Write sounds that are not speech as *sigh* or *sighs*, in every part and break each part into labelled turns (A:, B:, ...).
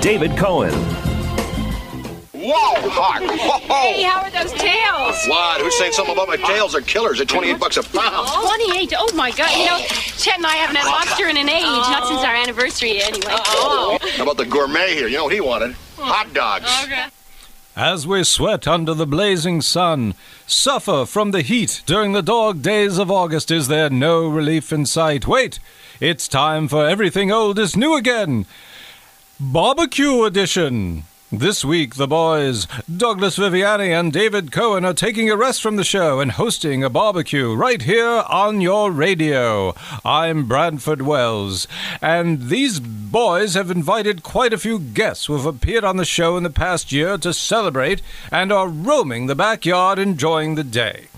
A: David Cohen.
B: Whoa, Hawk.
C: Hey, how are those tails?
B: What? Who's saying something about my tails are killers at 28 bucks a pound?
C: 28. Oh my god. You know, Chet and I haven't had lobster in an age, not since our anniversary anyway. Oh.
B: How about the gourmet here? You know what he wanted? Hot dogs.
D: As we sweat under the blazing sun, suffer from the heat during the dog days of August, is there no relief in sight? Wait, it's time for Everything Old is New Again! Barbecue Edition! This week, the boys, Douglas Viviani and David Cohen, are taking a rest from the show and hosting a barbecue right here on your radio. I'm Bradford Wells, and these boys have invited quite a few guests who have appeared on the show in the past year to celebrate and are roaming the backyard enjoying the day.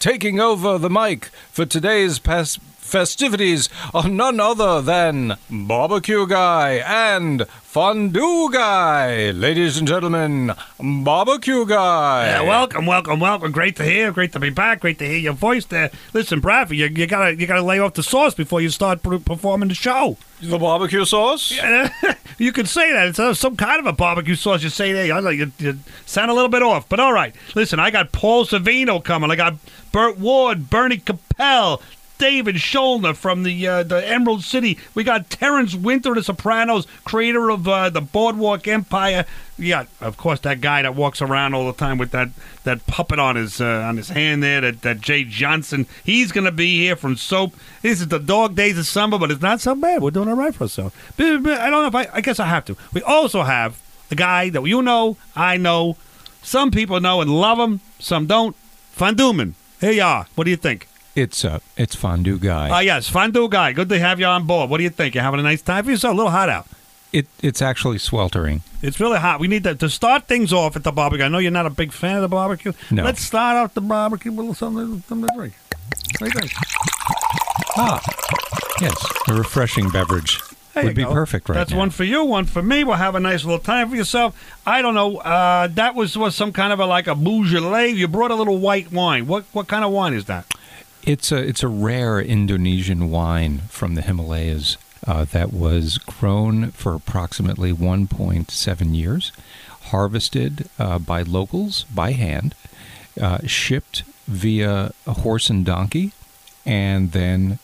D: Taking over the mic for today's pas- festivities are none other than Barbecue Guy and Fondue Guy. Ladies and gentlemen, Barbecue Guy.
E: Yeah, welcome, welcome, welcome. Great to hear. Great to be back. Great to hear your voice there. Listen, Bradford, you, you gotta you gotta lay off the sauce before you start pr- performing the show. *laughs*
D: The barbecue sauce?
E: you could say that it's uh, some kind of a barbecue sauce. You say that I like you, you sound a little bit off, but all right. Listen, I got Paul Savino coming. I got Burt Ward, Bernie Capel. David Schulner from the uh, the Emerald City. We got Terrence Winter, of The Sopranos, creator of uh, the Boardwalk Empire. Yeah, of course, that guy that walks around all the time with that, that puppet on his uh, on his hand there, that, that Jay Johnson. He's going to be here from Soap. This is the dog days of summer, but it's not so bad. We're doing all right for ourselves. B- b- I don't know if I, I guess I have to. We also have a guy that you know, I know. Some people know and love him, some don't. Van Duman. Here you are. What do you think?
D: It's uh, it's Fondue Guy.
E: Ah, yes, Fondue guy. Good to have you on board. What do you think? You having a nice time for yourself? A little hot out.
D: it, it's actually sweltering.
E: It's really hot. We need to, to start things off at the barbecue. I know you're not a big fan of the barbecue.
D: No.
E: Let's start off the barbecue with a little something, something to drink. What do you think?
D: Ah, yes, a refreshing beverage
E: There
D: would
E: you
D: be
E: go.
D: perfect right
E: That's
D: now.
E: one for you, one for me. We'll have a nice little time for yourself. I don't know. Uh, that was, was some kind of a like a Beaujolais. You brought a little white wine. What what kind of wine is that?
D: It's a it's a rare Indonesian wine from the Himalayas uh, that was grown for approximately 1.7 years, harvested uh, by locals by hand, uh, shipped via a horse and donkey, and then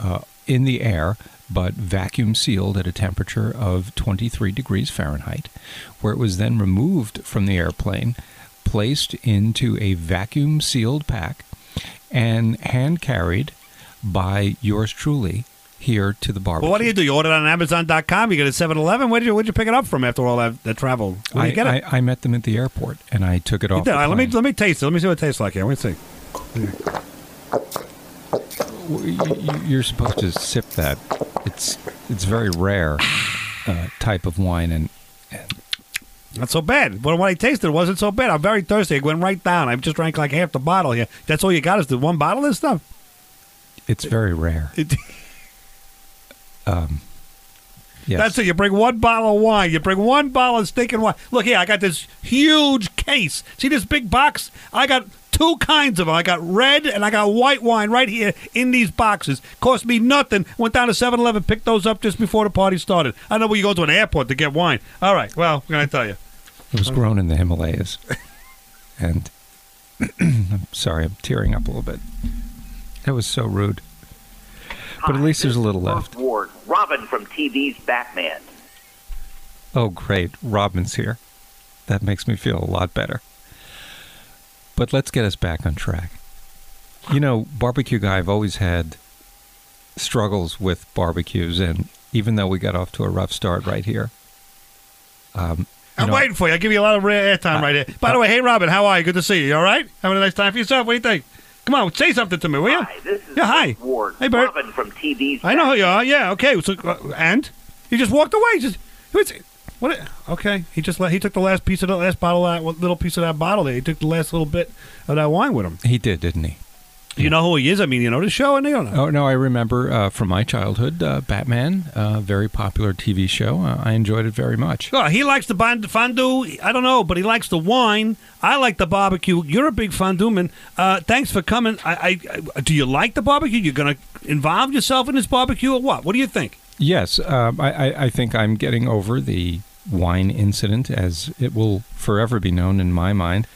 D: uh, in the air, but vacuum sealed at a temperature of 23 degrees Fahrenheit, where it was then removed from the airplane, placed into a vacuum sealed pack, and hand carried by yours truly here to the barbecue.
E: Well, what do you do? You order it on Amazon.com. You get it at 7 Eleven. Where did you, where'd you pick it up from after all that, that travel? Where
D: I,
E: did you get it?
D: I, I met them at the airport and I took it
E: You
D: off.
E: did.
D: the
E: All right, let me
D: plane.
E: let me taste it. Let me see what it tastes like here. Let me see.
D: You- you- You're supposed to sip that. It's it's very rare uh, type of wine, and
E: Not so bad. But when I tasted it, it wasn't so bad. I'm very thirsty. It went right down. I've just drank like half the bottle here. That's all you got is the one bottle of this stuff? *laughs*
D: it's very rare.
E: It,
D: Yes.
E: That's it. You bring one bottle of wine. You bring one bottle of stinking wine. Look here, I got this huge case. See this big box? I got two kinds of them. I got red and I got white wine right here in these boxes. Cost me nothing. Went down to 7-Eleven, picked those up just before the party started. I know where you go to an airport to get wine. All right. Well, what can I tell you?
D: It was grown in the Himalayas. And *clears throat* I'm sorry, I'm tearing up a little bit. That was so rude. But at least there's a little left.
F: Ward, Robin from TV's Batman.
D: Oh, great. Robin's here. That makes me feel a lot better. But let's get us back on track. You know, barbecue guy, I've always had struggles with barbecues, and even though we got off to a rough start right here, um, you
E: I'm
D: know,
E: waiting for you. I'll give you a lot of rare airtime right here. By the way, hey, Robin, how are you? Good to see you. You all right? Having a nice time for yourself? What do you think? Come on, say something to me, will you?
F: Hi, this is
E: yeah, hi.
F: Burt Ward,
E: Hey, Bert.
F: Robin from TV's
E: I know who you are. Yeah, okay. So, uh, and? You just walked away. Just, who is it? What? a- Okay, he just let, he took the last piece of the last bottle of that little piece of that bottle there. He took the last little bit of that wine with him.
D: He did, didn't he?
E: You know who he is. I mean, you know the show, and they don't know.
D: Oh no, I remember uh, from my childhood, uh, Batman, uh, very popular TV show. Uh, I enjoyed it very much.
E: Oh, he likes the bond- fondue. I don't know, but he likes the wine. I like the barbecue. You're a big fondue man. Uh, thanks for coming. I, I, I do you like the barbecue? You're gonna involve yourself in this barbecue or what? What do you think?
D: Yes, um, I, I, I think I'm getting over the wine incident, as it will forever be known in my mind.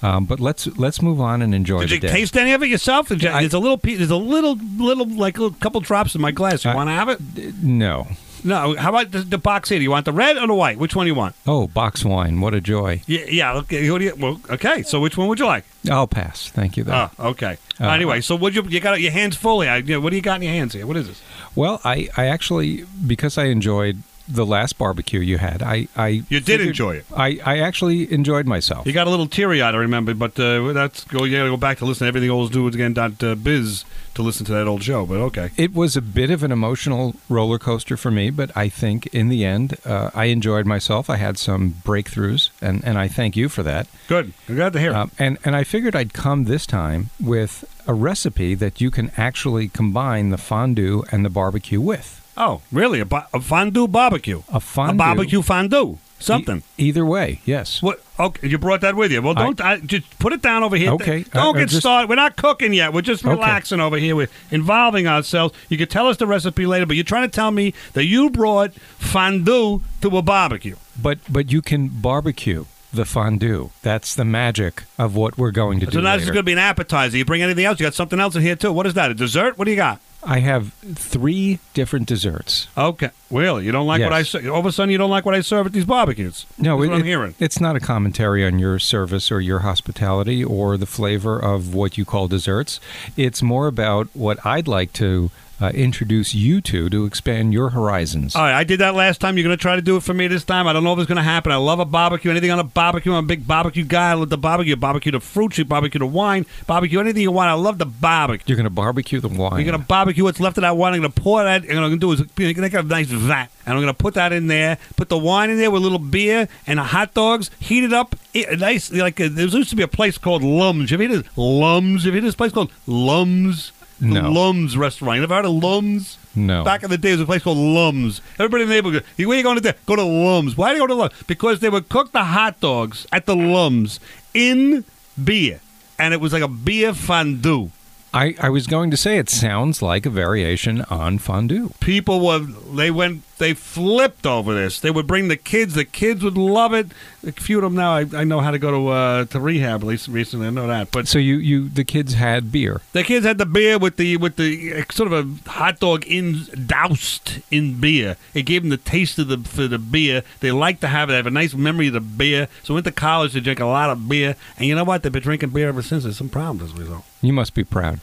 D: Um, but let's let's move on and enjoy
E: Did
D: the
E: you
D: day.
E: taste any of it yourself? Did you-
D: I-
E: there's a little, pe- there's a little, little, like a couple drops in my glass. You
D: I-
E: want to have it?
D: no.
E: No. How about the, the box here? Do you want the red or the white? Which one do you want?
D: Oh, box wine. What a joy.
E: Yeah. yeah okay. What do you, well, okay. So which one would you like?
D: I'll pass. Thank you, though.
E: Oh, okay.
D: Uh,
E: anyway, so what you you got your hands full here? Yeah, What do you got in your hands here? What is this?
D: Well, I, I actually, because I enjoyed the last barbecue you had, I. I
E: You did enjoy it.
D: I, I actually enjoyed myself.
E: You got a little teary eyed, I remember, but uh, that's go. You got to go back to listen to everything old dudes again. Dot uh, biz to listen to that old show. But okay,
D: It was a bit of an emotional roller coaster for me, but I think in the end, uh, I enjoyed myself. I had some breakthroughs, and, and I thank you for that.
E: good. I'm glad to hear. it.
D: Um, and, and I figured I'd come this time with a recipe that you can actually combine the fondue and the barbecue with.
E: oh, really? A, bo- a fondue barbecue?
D: A fondue.
E: A barbecue fondue? Something?
D: E- either way, yes.
E: what? Okay, you brought that with you. Well,
D: I-
E: don't I, just put it down over here.
D: Okay, I-
E: Don't
D: I
E: get
D: just-
E: started. We're not cooking yet. We're just
D: Okay.
E: relaxing over here. We're involving ourselves. You could tell us the recipe later, but you're trying to tell me that you brought fondue to a barbecue.
D: But but you can barbecue the fondue. That's the magic of what we're going to do.
E: So now this is
D: later.
E: going to be an appetizer. You bring anything else? You got something else in here too? What is that? A dessert? What do you got?
D: I have three different desserts.
E: Okay. Really? You don't like what I
D: Yes.
E: serve? All of a sudden, you don't like what I serve at these barbecues?
D: No,
E: That's
D: it-
E: what I'm
D: it-
E: hearing.
D: it's not a commentary on your service or your hospitality or the flavor of what you call desserts. It's more about what I'd like to uh, introduce you to to expand your horizons.
E: All right, I did that last time. You're going to try to do it for me this time. I don't know if it's going to happen. I love a barbecue. Anything on a barbecue. I'm a big barbecue guy. I love the barbecue. Barbecue the fruits. You barbecue the wine. Barbecue anything you want. I love the barbecue.
D: You're going to barbecue the wine.
E: You're gonna barbecue what's left of that wine. I'm gonna pour that. And what I'm gonna do is you know, make a nice vat, and I'm gonna put that in there. Put the wine in there with a little beer and the hot dogs. Heat it up. Eat a nice like uh, there used to be a place called Lums. Have you heard of Lums? Have you heard of this place called Lums? The
D: No.
E: Lums restaurant. You ever heard of Lums?
D: No.
E: Back in the day, there was a place called Lums. Everybody in the neighborhood, goes, where you going to do? Go to Lums. Why do you go to Lums? Because they would cook the hot dogs at the Lums in beer, and it was like a beer fondue.
D: I, I was going to say it sounds like a variation on fondue.
E: people were they went they flipped over this they would bring the kids the kids would love it a few of them now i, I know how to go to uh, to rehab at least recently i know that but
D: So you, you the kids had beer.
E: the kids had the beer with the with the uh, sort of a hot dog in doused in beer. It gave them the taste of the for the beer. They like to have it. They have a nice memory of the beer. So went to college to drink a lot of beer, and you know what? They've been drinking beer ever since. There's some problems as a result.
D: You must be proud.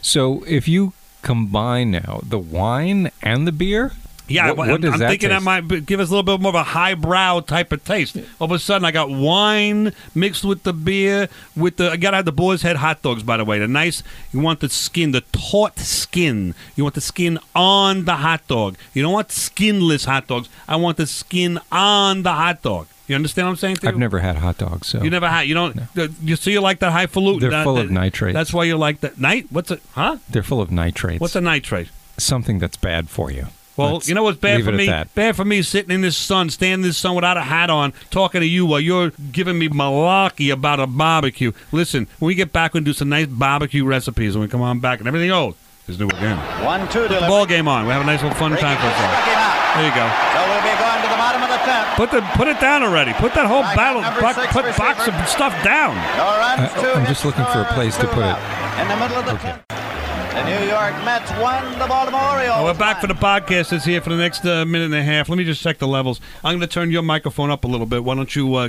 D: So if you combine now the wine and the beer,
E: Yeah,
D: what,
E: I'm,
D: what does
E: I'm
D: that
E: thinking that
D: taste?
E: might b- give us a little bit more of a highbrow type of taste. All of a sudden, I got wine mixed with the beer. With the, I gotta have the boar's head hot dogs, by the way. The nice, you want the skin, the taut skin. You want the skin on the hot dog. You don't want skinless hot dogs. I want the skin on the hot dog. You understand what I'm saying? to
D: I've
E: you?
D: never had a hot dog, so
E: You never had. You don't. the- You see, you like that highfalutin.
D: They're
E: that-
D: full of
E: that-
D: nitrates.
E: That's why you like that night. What's it? Huh?
D: they're full of nitrates.
E: What's a nitrate?
D: something that's bad for you.
E: Well,
D: Let's
E: you know what's bad
D: leave
E: for
D: it at
E: me?
D: that.
E: Bad for me is sitting in this sun, standing in this sun without a hat on, talking to you while you're giving me malarkey about a barbecue. Listen, when we get back, we'll do some nice barbecue recipes when we come on back, and everything else is new again.
G: One, two, delivery.
E: Ball game on. We have a nice little fun time for ourselves. There you go.
G: So we'll be going to the bottom of the tenth.
E: Put the put it down already. Put that whole
G: Strikeout
E: battle,
G: number
E: bu-
G: six
E: put
G: receiver.
E: box of stuff down.
G: No runs,
D: I-
G: two
D: I'm
G: hits,
D: just looking
G: no
D: for a
G: runs,
D: place to
G: two
D: put it.
G: out. In the middle of the tenth, the New York Mets won. The Baltimore Orioles.
E: Well, Oh, we're back
G: won.
E: for the podcast. It's here for the next uh, minute and a half. Let me just check the levels. I'm going to turn your microphone up a little bit. Why don't you uh,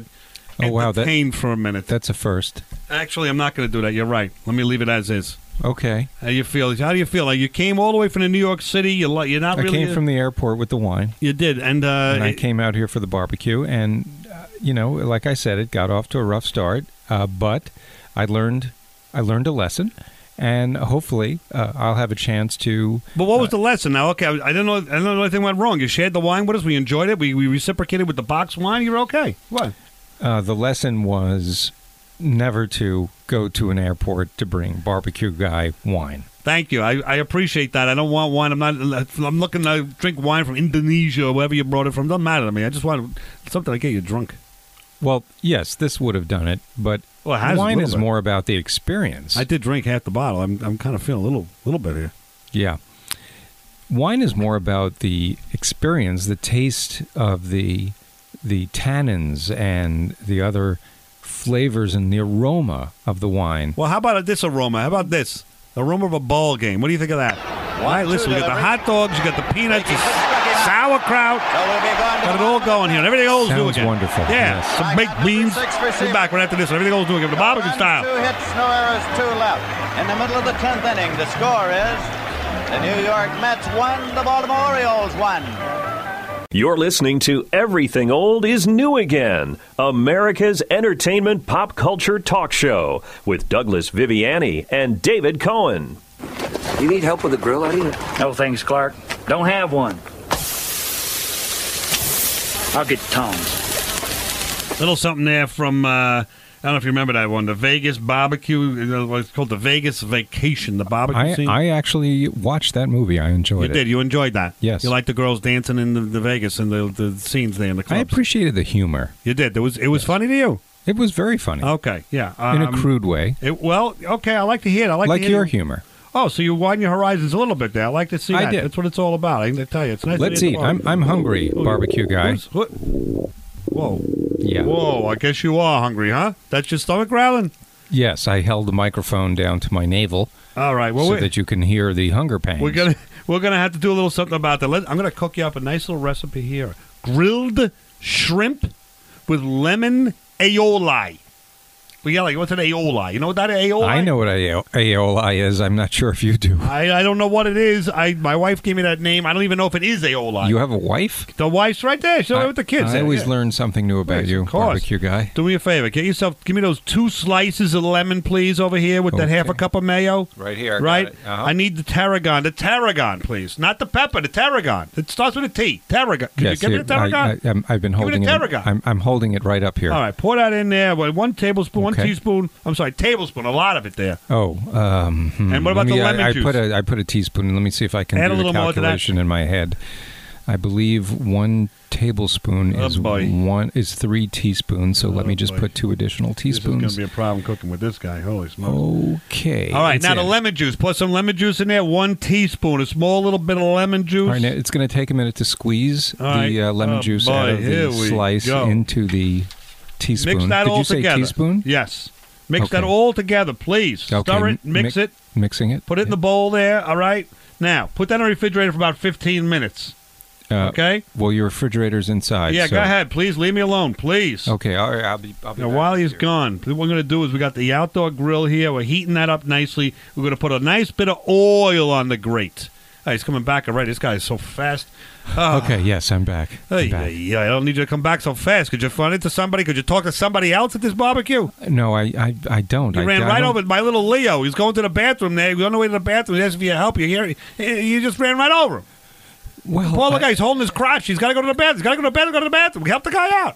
D: Oh, wow, that-
E: entertain for a minute?
D: That's a first.
E: Actually, I'm not going to do that. You're right. Let me leave it as is.
D: Okay.
E: How you feel? How do you feel? Like you came all the way from the New York City. You li- you're not
D: I
E: really.
D: came from the airport with the wine,
E: you did, and, uh,
D: and I
E: it-
D: came out here for the barbecue. And uh, you know, like I said, it got off to a rough start, uh, but I learned I learned a lesson, and hopefully uh, I'll have a chance to.
E: But what was the lesson? Now, okay, I, I didn't know. I didn't know anything went wrong. You shared the wine with us. We enjoyed it. We, we reciprocated with the box wine. You're okay. What?
D: Uh, the lesson was never to go to an airport to bring barbecue guy wine.
E: Thank you. I, I appreciate that. I don't want wine. I'm not. I'm looking to drink wine from Indonesia or wherever you brought it from. Doesn't matter to me. I just want something to get you drunk.
D: Well, yes, this would have done it, but
E: Well, it has a
D: wine
E: little
D: is
E: bit.
D: more about the experience.
E: I did drink half the bottle. I'm I'm kind of feeling a little little bit here.
D: Yeah. Wine is more about the experience, the taste of the the tannins and the other flavors and the aroma of the wine.
E: Well, how about this aroma? How about this aroma of a ball game? What do you think of that? All right, listen. We got the hot dogs. You got the peanuts. The sauerkraut. Got it all going here. And everything old's new
D: Sounds
E: again.
D: wonderful.
E: Yeah,
D: Yes.
E: some baked beans. We're back right after this. Everything old's new again. The barbecue
G: Two
E: style.
G: hits, no errors, two left. In the middle of the 10th inning, the score is the New York Mets won, the Baltimore Orioles won.
A: You're listening to Everything Old is New Again, America's entertainment pop culture talk show with Douglas Viviani and David Cohen.
H: You need help with a grill out here? No thanks, Clark. Don't have one. I'll get Tom's.
E: Little something there from. Uh, I don't know if you remember that one, the Vegas barbecue. uh, what It's called the Vegas Vacation, the barbecue
D: I,
E: scene.
D: I actually watched that movie. I enjoyed
E: you
D: it.
E: did. You enjoyed that.
D: Yes.
E: You liked the girls dancing in the, the Vegas and the, the scenes there in the
D: I
E: clubs.
D: appreciated the humor.
E: you did. It was it was funny to you.
D: It was very funny
E: Okay. Yeah.
D: in a
E: Oh, um,
D: crude way,
E: It, well, okay, I like to hear it. I like,
D: like
E: to hear
D: your
E: you-
D: humor.
E: Oh, so you widen your horizons a little bit there. I like to see
D: I
E: that.
D: did.
E: That's what it's all about. I can tell you, Oh, it's nice. to
D: Let's
E: hear
D: eat.
E: the-
D: I'm I'm hungry, barbecue guy.
E: Who's- what- Whoa,
D: Yeah.
E: whoa! I guess you are hungry, huh? That's your stomach growling.
D: Yes, I held the microphone down to my navel
E: All right. Well,
D: so
E: we,
D: that you can hear the hunger pangs.
E: we're gonna *laughs* we're gonna have to do a little something about that. Let, I'm gonna cook you up a nice little recipe here: grilled shrimp with lemon aioli. We got like what's an aioli? You know what that aioli?
D: I know what a- aioli is. I'm not sure if you do.
E: I, I don't know what it is. I my wife gave me that name. I don't even know if it is aioli.
D: You have a wife?
E: The wife's right there. She's over with the kids.
D: I
E: there,
D: always
E: yeah.
D: learn something new about
E: Yes,
D: you,
E: of course.
D: barbecue guy.
E: Do me a favor. Get yourself. Give me those two slices of lemon, please, over here with that half a cup of mayo.
D: Right here, I got
E: Right.
D: it. Uh-huh.
E: I need the tarragon. The tarragon, please. Not the pepper. The tarragon. It starts with a T. Tarragon. Could
D: yes,
E: you give
D: here,
E: me the tarragon?
D: I, have
E: Give
D: been
E: me
D: holding
E: the
D: it.
E: tarragon.
D: I'm, I'm holding it right up here.
E: All right. Pour that in there. Well, One tablespoon. One
D: Okay.
E: teaspoon. I'm sorry. Tablespoon. A lot of it there.
D: Oh, um, hmm,
E: And what
D: let
E: about the
D: me- I-
E: lemon
D: I,
E: juice?
D: put a I put a teaspoon. in. Let me see if I can
E: Add a
D: do
E: little
D: the
E: more to that.
D: calculation in my head. I believe one tablespoon
E: Oh,
D: is
E: boy.
D: one is three teaspoons. So let
E: Oh,
D: me just
E: boy.
D: put two additional
E: This is going
D: teaspoons.
E: to be a problem cooking with this guy. Holy smokes.
D: Okay.
E: All right,
D: it's
E: now the
D: in.
E: lemon juice. Put some lemon juice in there. One teaspoon. A small little bit of lemon juice.
D: All right, now it's going to take a minute to squeeze
E: All right.
D: the uh, lemon
E: Oh,
D: juice
E: boy,
D: out of
E: here
D: the
E: we
D: slice
E: go.
D: into the teaspoon.
E: Mix that
D: Did
E: all
D: you say
E: together.
D: teaspoon?
E: Yes. Mix that
D: Okay.
E: all together, please. Stir it, mix
D: mi-
E: it,
D: Mixing it.
E: put it in the bowl there, all right? Now, put that in the refrigerator for about 15 minutes.
D: Uh,
E: okay?
D: Well, your refrigerator's inside.
E: yeah,
D: so-
E: go ahead. Please leave me alone, please.
D: Okay, all right, I'll be. I'll be
E: Now,
D: back.
E: while he's gone, what we're going to do is we got the outdoor grill here. We're heating that up nicely. We're going to put a nice bit of oil on the grate. All right, he's coming back. All right, this guy is so fast. Ah.
D: Okay, yes, I'm back.
E: Hey,
D: I'm back.
E: yeah, I don't need you to come back so fast. Could you run into somebody? Could you talk to somebody else at this barbecue?
D: No, I, I, I don't.
E: He
D: I,
E: ran
D: I
E: right
D: don't-
E: over my little Leo. He's going to the bathroom there. He was on the way to the bathroom. He asked for your help. You hear? You just ran right over him.
D: Well,
E: Poor
D: Oh, I-
E: little guy. He's holding his crotch. He's got to go to the bathroom. He's got to go to the bathroom. Go to the bathroom. Help the guy out.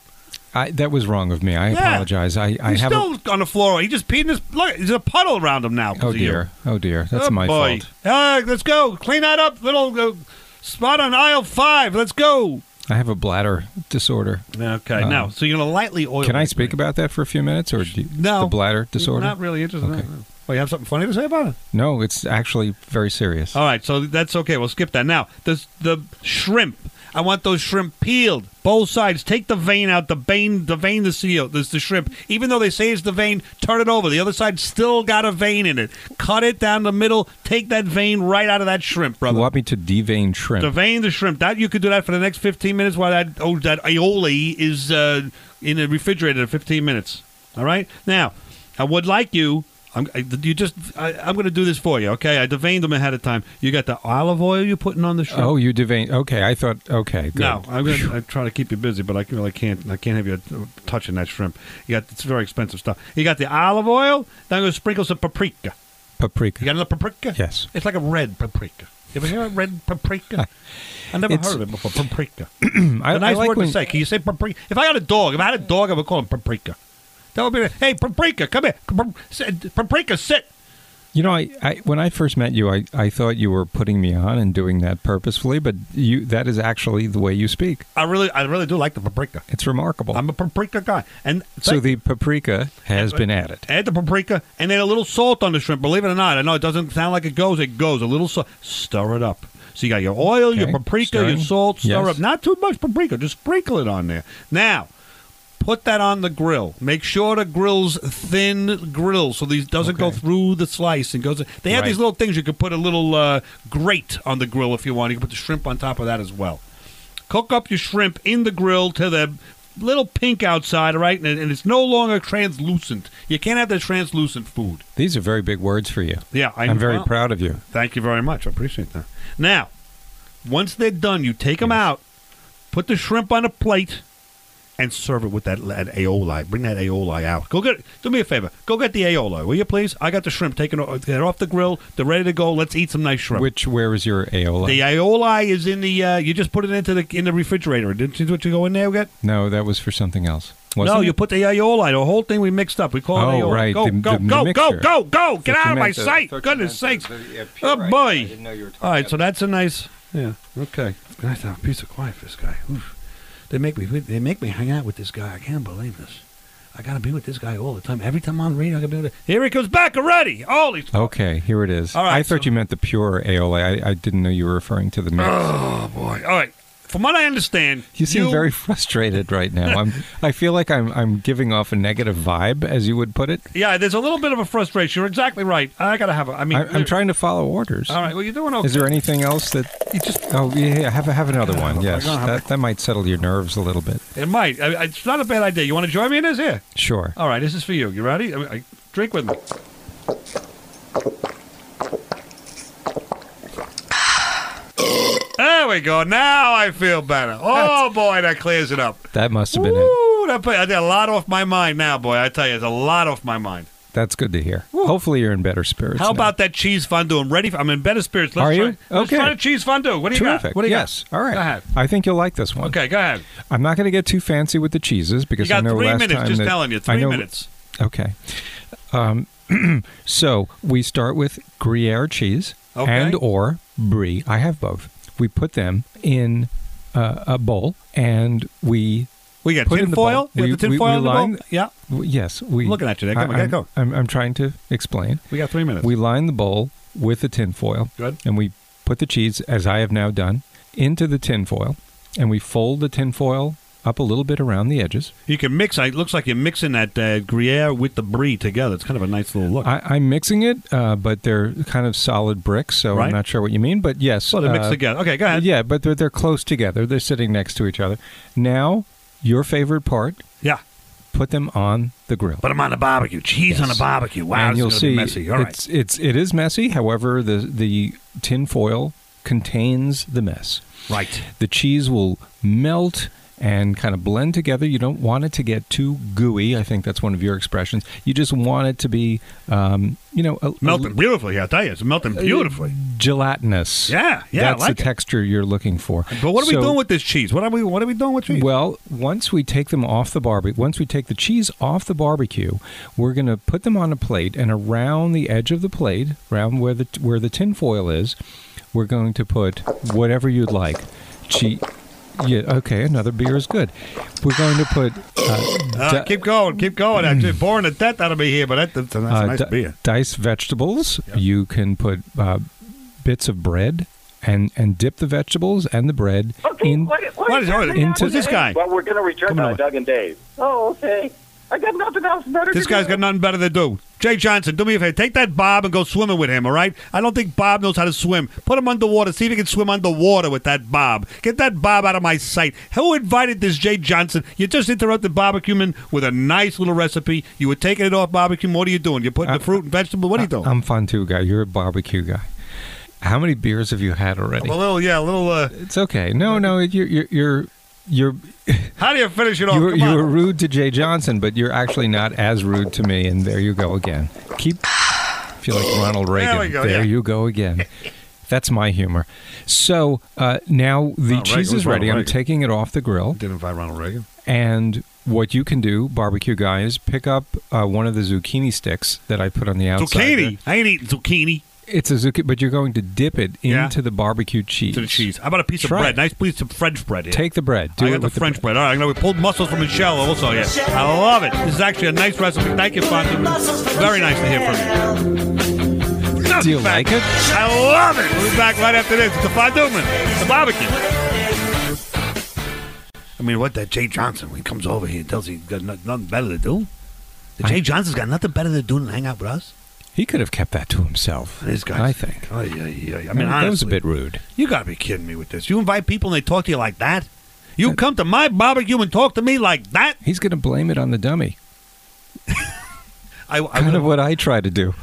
D: I, that was wrong of me. I
E: Yeah.
D: apologize. I, I
E: he's
D: have.
E: still
D: a,
E: on the floor. He just peed in his. Look, there's a puddle around him now. 'cause
D: oh
E: of you.
D: dear. Oh dear. That's
E: Good
D: my
E: boy.
D: fault.
E: Uh, let's go. Clean that up, little uh, spot on aisle five. Let's go.
D: I have a bladder disorder.
E: Okay.
D: Uh,
E: now, so you're gonna lightly oil.
D: Can I
E: this
D: speak
E: thing.
D: about that for a few minutes, or do you-
E: No.
D: the bladder disorder?
E: Not really interested.
D: Okay.
E: No. Well, you have something funny to say about it?
D: No, it's actually very serious.
E: All right, so that's okay. We'll skip that. Now, the the shrimp. I want those shrimp peeled, both sides. Take the vein out, the vein, the vein, the seal. There's the shrimp. Even though they say it's the vein, turn it over. The other side still got a vein in it. Cut it down the middle. Take that vein right out of that shrimp,
D: You
E: brother.
D: want me to devein shrimp?
E: The vein, the shrimp. That you could do that for the next 15 minutes while that oh that aioli is uh, in the refrigerator. for 15 minutes. All right. Now, I would like you. I'm, I, you just. I, I'm going to do this for you. Okay. I deveined them ahead of time. You got the olive oil you're putting on the shrimp.
D: oh, you devein. Okay, I thought. Okay, Oh, good.
E: No, I'm gonna I try to keep you busy, but I really can't. I can't have you uh, touching that shrimp. You got it's very expensive stuff. You got the olive oil. Then I'm gonna sprinkle some paprika.
D: Paprika.
E: You got another paprika?
D: Yes.
E: It's like a red paprika. You ever hear of red
D: *laughs*
E: paprika? I never
D: It's-
E: heard of it before. Paprika.
D: Hmm, I-
E: a nice
D: I like
E: word
D: when-
E: to say. Can you say paprika? If I had a dog, if I had a dog, I would call him paprika. That would be. the- Hey, paprika, come here. Pap- sit- Paprika, sit.
D: You know, I, I when I first met you, I, I thought you were putting me on and doing that purposefully, but you that is actually the way you speak.
E: I really, I really do like the paprika.
D: It's remarkable.
E: I'm a paprika guy, and
D: so the paprika has been added.
E: Add the paprika and then a little salt on the shrimp. Believe it or not, I know it doesn't sound like it goes. It goes a little salt. Stir it up. So you got your oil, your
D: Okay,
E: paprika, your
D: stirring.
E: salt. Stir
D: Yes.
E: up. Not too much paprika. Just sprinkle it on there. Now, put that on the grill. Make sure the grill's thin grill, so these doesn't go through the slice and goes. They have
D: Right.
E: these little things you could put a little uh, grate on the grill if you want. You can put the shrimp on top of that as well cook up your shrimp in the grill to the little pink outside, all right? And, and it's no longer translucent. You can't have the translucent food.
D: These are very big words for you.
E: Yeah, I
D: I'm very
E: well,
D: proud of you.
E: Thank you very much. I appreciate that. Now, once they're done, you take them out, put the shrimp on a plate, and serve it with that, that aioli. Bring that aioli out. Go get. Do me a favor. Go get the aioli, will you please? I got the shrimp taken o- they're off the grill. They're ready to go. Let's eat some nice shrimp.
D: Which where is your aioli?
E: the uh, aioli is in the. Uh, you just put it into the in the refrigerator. Didn't you? What you go in there? Get
D: no, that was for something else. Wasn't
E: no,
D: it?
E: you put the aioli. The whole thing we mixed up. We call it
D: Oh,
E: aioli.
D: right,
E: Go,
D: the-
E: go,
D: the
E: go,
D: mixture.
E: go, go, go! Get
D: The
E: out of my
D: fermento-
E: sight! Goodness sakes! Oh boy! All right, so that's a nice. Yeah. Okay. Nice to have a piece of quiet. for This guy. Oof. They make me. They make me hang out with this guy. I can't believe this. I gotta be with this guy all the time. Every time I'm reading, I gotta be with. Here he comes back already. Holy.
D: Okay, here it is.
E: All right,
D: I thought you meant the pure aioli. I, I didn't know you were referring to the mix.
E: Oh boy! All right. From what I understand,
D: You seem very *laughs* frustrated right now. I'm. I feel like I'm. I'm giving off a negative vibe, as you would put it.
E: Yeah, there's a little bit of a frustration. You're exactly right. I gotta have. A, I mean,
D: I, I'm trying to follow orders.
E: All right. Well, you're doing okay.
D: Is there anything else that? oh yeah, yeah, have have another one. Yes,
E: gonna have
D: that, that might settle your nerves a little bit.
E: It might. I, I- it's not a bad idea. You want to join me in this? Here.
D: Sure.
E: All right, this is for you. You ready? I, I, drink with me. *sighs* There we go. Now I feel better. Oh boy, that clears it up.
D: That must have been it.
E: Ooh, that put, I did a lot off my mind now, boy. I tell you, it's a lot off my mind.
D: That's good to hear. Hopefully, you're in better spirits.
E: How
D: now.
E: about that cheese fondue? I'm ready. For, I'm in better spirits. Let's
D: Are
E: try,
D: you?
E: Let's
D: Okay.
E: try the cheese fondue. What do you
D: Terrific.
E: got? What do you
D: yes.
E: got?
D: All right.
E: Go ahead.
D: I think you'll like this one.
E: Okay, go ahead.
D: I'm not going to get too fancy with the cheeses because
E: You got
D: I know
E: three
D: last
E: minutes,
D: time
E: just
D: that-
E: telling you,
D: I
E: three
D: know-
E: minutes.
D: Okay. Um, *clears throat* so we start with Gruyere cheese
E: Okay.
D: and or brie. I have both. We put them in uh, a bowl and we
E: We got
D: put in the bowl-
E: tinfoil? We have the tinfoil in the bowl?
D: line-
E: Yeah.
D: w- Yes. We
E: I'm looking at you there. Come on,
D: I,
E: gotta
D: I'm-
E: go.
D: I'm, I'm trying to explain.
E: We got three minutes.
D: We line the bowl with the tinfoil.
E: Good.
D: And we put the cheese, as I have now done, into the tinfoil, and we fold the tinfoil up a little bit around the edges.
E: You can mix. It looks like you're mixing that uh, Gruyere with the brie together. It's kind of a nice little look.
D: I, I'm mixing it, uh, but they're kind of solid bricks, so
E: Right.
D: I'm not sure what you mean. But yes,
E: Well, they're mixed
D: uh,
E: together. Okay, go ahead.
D: Yeah, but they're they're close together. They're sitting next to each other. Now, your favorite part.
E: Yeah.
D: Put them on the grill.
E: Put them on the barbecue. Cheese on the barbecue. Wow,
D: and you'll
E: this is gonna
D: see
E: be messy. All right.
D: it's it's it is messy. However, the the tin foil contains the mess.
E: Right.
D: The cheese will melt and kind of blend together. You don't want it to get too gooey. I think that's one of your expressions. You just want it to be, um, you know, a, a-
E: melting beautifully. I tell you, it's melting
D: Uh,
E: beautifully.
D: gelatinous.
E: Yeah, yeah, I
D: That's
E: like
D: the
E: it.
D: texture you're looking for.
E: But what are
D: So-
E: we doing with this cheese? What are we? What are we doing with cheese?
D: Well, once we take them off the barbecue, once we take the cheese off the barbecue, we're going to put them on a plate, and around the edge of the plate, around where the where the tin foil is, we're going to put whatever you'd like. Che- yeah, okay, another beer is good. We're going to put uh,
E: Uh,
D: di-
E: keep going, keep going. I'm
D: *clears throat*
E: just boring to death out of me here, but that, that's a that's a nice
D: uh, di-
E: beer.
D: diced vegetables. You can put uh, bits of bread and, and dip the vegetables and the bread in,
E: What is, what is-
D: into
E: who's this guy?
I: Well, we're going to return
D: Come on.
I: to Doug and Dave.
J: Oh, okay. I got nothing else better
E: This guy's got nothing better to do. Jay Johnson, do me a favor. Take that Bob and go swimming with him, all right? I don't think Bob knows how to swim. Put him underwater. See if he can swim underwater with that Bob. Get that Bob out of my sight. Who invited this Jay Johnson? You just interrupted Barbecue Man with a nice little recipe. You were taking it off Barbecue. Man. What are you doing? You're putting
D: Uh,
E: the fruit and vegetable. What are you doing?
D: I'm fun too, guy. You're a barbecue guy. How many beers have you had already?
E: a little, yeah, a little. Uh,
D: It's okay. No, no, you're you're you're you're
E: how do you finish it off?
D: you were,
E: Come
D: you
E: on.
D: were rude to Jay Johnson, but you're actually not as rude to me. And there you go again. Keep feel like Ronald Reagan.
E: There we go, yeah.
D: you go
E: *laughs*
D: again. That's my humor. So uh, now the
E: Ronald Reagan
D: cheese
E: was
D: is ready.
E: Ronald
D: I'm
E: Reagan.
D: taking it off the grill.
E: Didn't invite Ronald Reagan.
D: And what you can do, barbecue guy, is pick up uh, one of the zucchini sticks that I put on the outside.
E: Zucchini. I ain't eating zucchini.
D: It's a zucchini, but you're going to dip it
E: Yeah.
D: into the barbecue cheese.
E: To the cheese. How about a piece of
D: Try
E: bread?
D: it.
E: Nice piece of French bread. Here.
D: Take the bread. Do
E: I
D: it
E: got the
D: with the
E: French bread. All right, I'm gonna we pulled mussels from Michelle also. Yeah, I love it. This is actually a nice recipe. Thank you, Fonzie. Very nice to hear from you. *laughs*
D: Do you like it?
E: I love it. We'll be back right after this. It's the fondue man, the barbecue. I mean, what that Jay Johnson? When he comes over here, and tells you he's got no- nothing better to do. The Jay Johnson's got nothing better to do than hang out with us.
D: He could have kept that to himself.
E: This guy,
D: I think.
E: Oh yeah, yeah. yeah. I
D: That
E: mean,
D: was-
E: honestly,
D: that was a bit rude.
E: You gotta be kidding me with this. You invite people and they talk to you like that. You come to my barbecue and talk to me like that.
D: He's going to blame it on the dummy.
E: I, I
D: kind of what I try to do.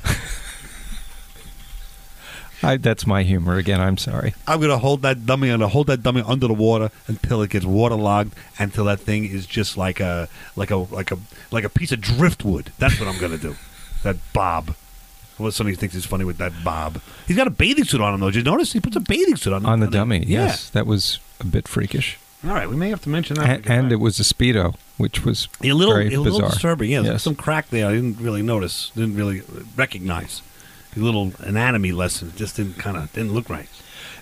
D: I, that's my humor again. I'm sorry.
E: I'm gonna hold that dummy. I'm gonna hold that dummy under the water until it gets waterlogged, until that thing is just like a like a like a like a piece of driftwood. That's what I'm gonna do. That Bob. Well, somebody thinks it's funny with that Bob. He's got a bathing suit on him though. Did you notice he puts a bathing suit on
D: On the dummy,
E: Yeah.
D: yes, that was a bit freakish,
E: All right, we may have to mention that.
D: and, and it was a speedo, which was
E: a little,
D: very
E: a little
D: bizarre.
E: disturbing. Yeah, there's
D: Yes.
E: some crack there. I didn't really notice. Didn't really recognize. A little anatomy lesson. It Just didn't kind of didn't look right.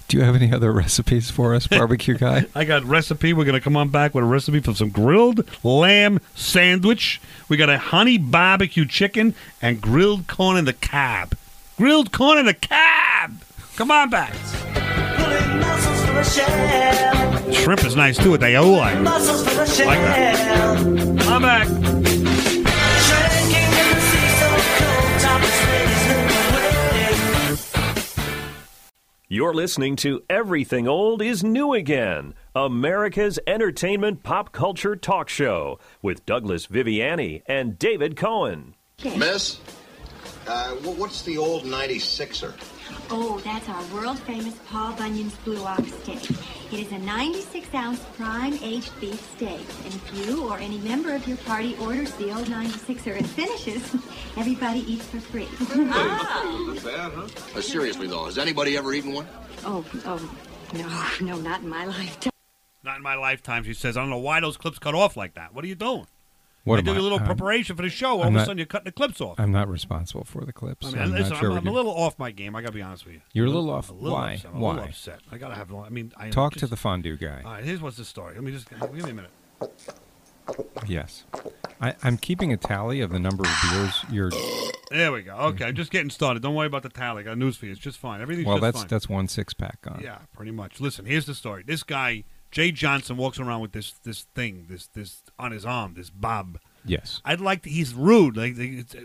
D: Do you have any other recipes
E: *laughs*
D: for us, barbecue guy?
E: I got recipe. We're gonna come on back with a recipe for some grilled lamb sandwich. We got a honey barbecue chicken and grilled corn in the cab. Grilled corn in the cab. Come on back. Shrimp is nice too at the Aulai. Like that. I'm back.
A: You're listening to Everything Old is New Again, America's entertainment pop culture talk show with Douglas Viviani and David Cohen.
I: Miss, uh, wh- what's the old 96er?
K: Oh, that's our world famous Paul Bunyan's Blue Ox Steak. It is a 96 ounce prime aged beef steak. And if you or any member of your party orders the old 96er and finishes, *laughs* everybody eats for free.
I: Not bad, huh? Uh, seriously, though, has anybody ever eaten one?
K: *laughs* oh, oh, no, no, not in my lifetime.
E: Not in my lifetime, she says. I don't know why those clips cut off like that. What are you doing?
D: What
E: I
D: am
E: do
D: I-
E: a little
D: I'm-
E: preparation for the show. All
D: I'm
E: of a
D: not-
E: sudden, you're cutting the clips off.
D: I'm not responsible for the clips.
E: I
D: I'm
E: mean, listen,
D: not sure
E: I'm,
D: what
E: I'm
D: you-
E: a little off my game. I gotta be honest with you.
D: You're a little off.
E: A little
D: Why?
E: Upset. I'm A
D: Why?
E: little upset. I gotta have. I mean, I
D: Talk to
E: just-
D: the fondue guy.
E: All right, here's what's the story. Let me just give me a minute.
D: Yes, I, I'm keeping a tally of the number of beers you're.
E: There we go.
D: Mm-hmm.
E: Okay, I'm just getting started. Don't worry about the tally. I got news for you. It's just fine. Everything's
D: Well,
E: just
D: that's
E: fine.
D: that's one six pack on.
E: Yeah, pretty much. Listen, here's the story. This guy, Jay Johnson, walks around with this this thing, this this on his arm, this bob.
D: Yes.
E: I'd like to. He's rude. Like it's,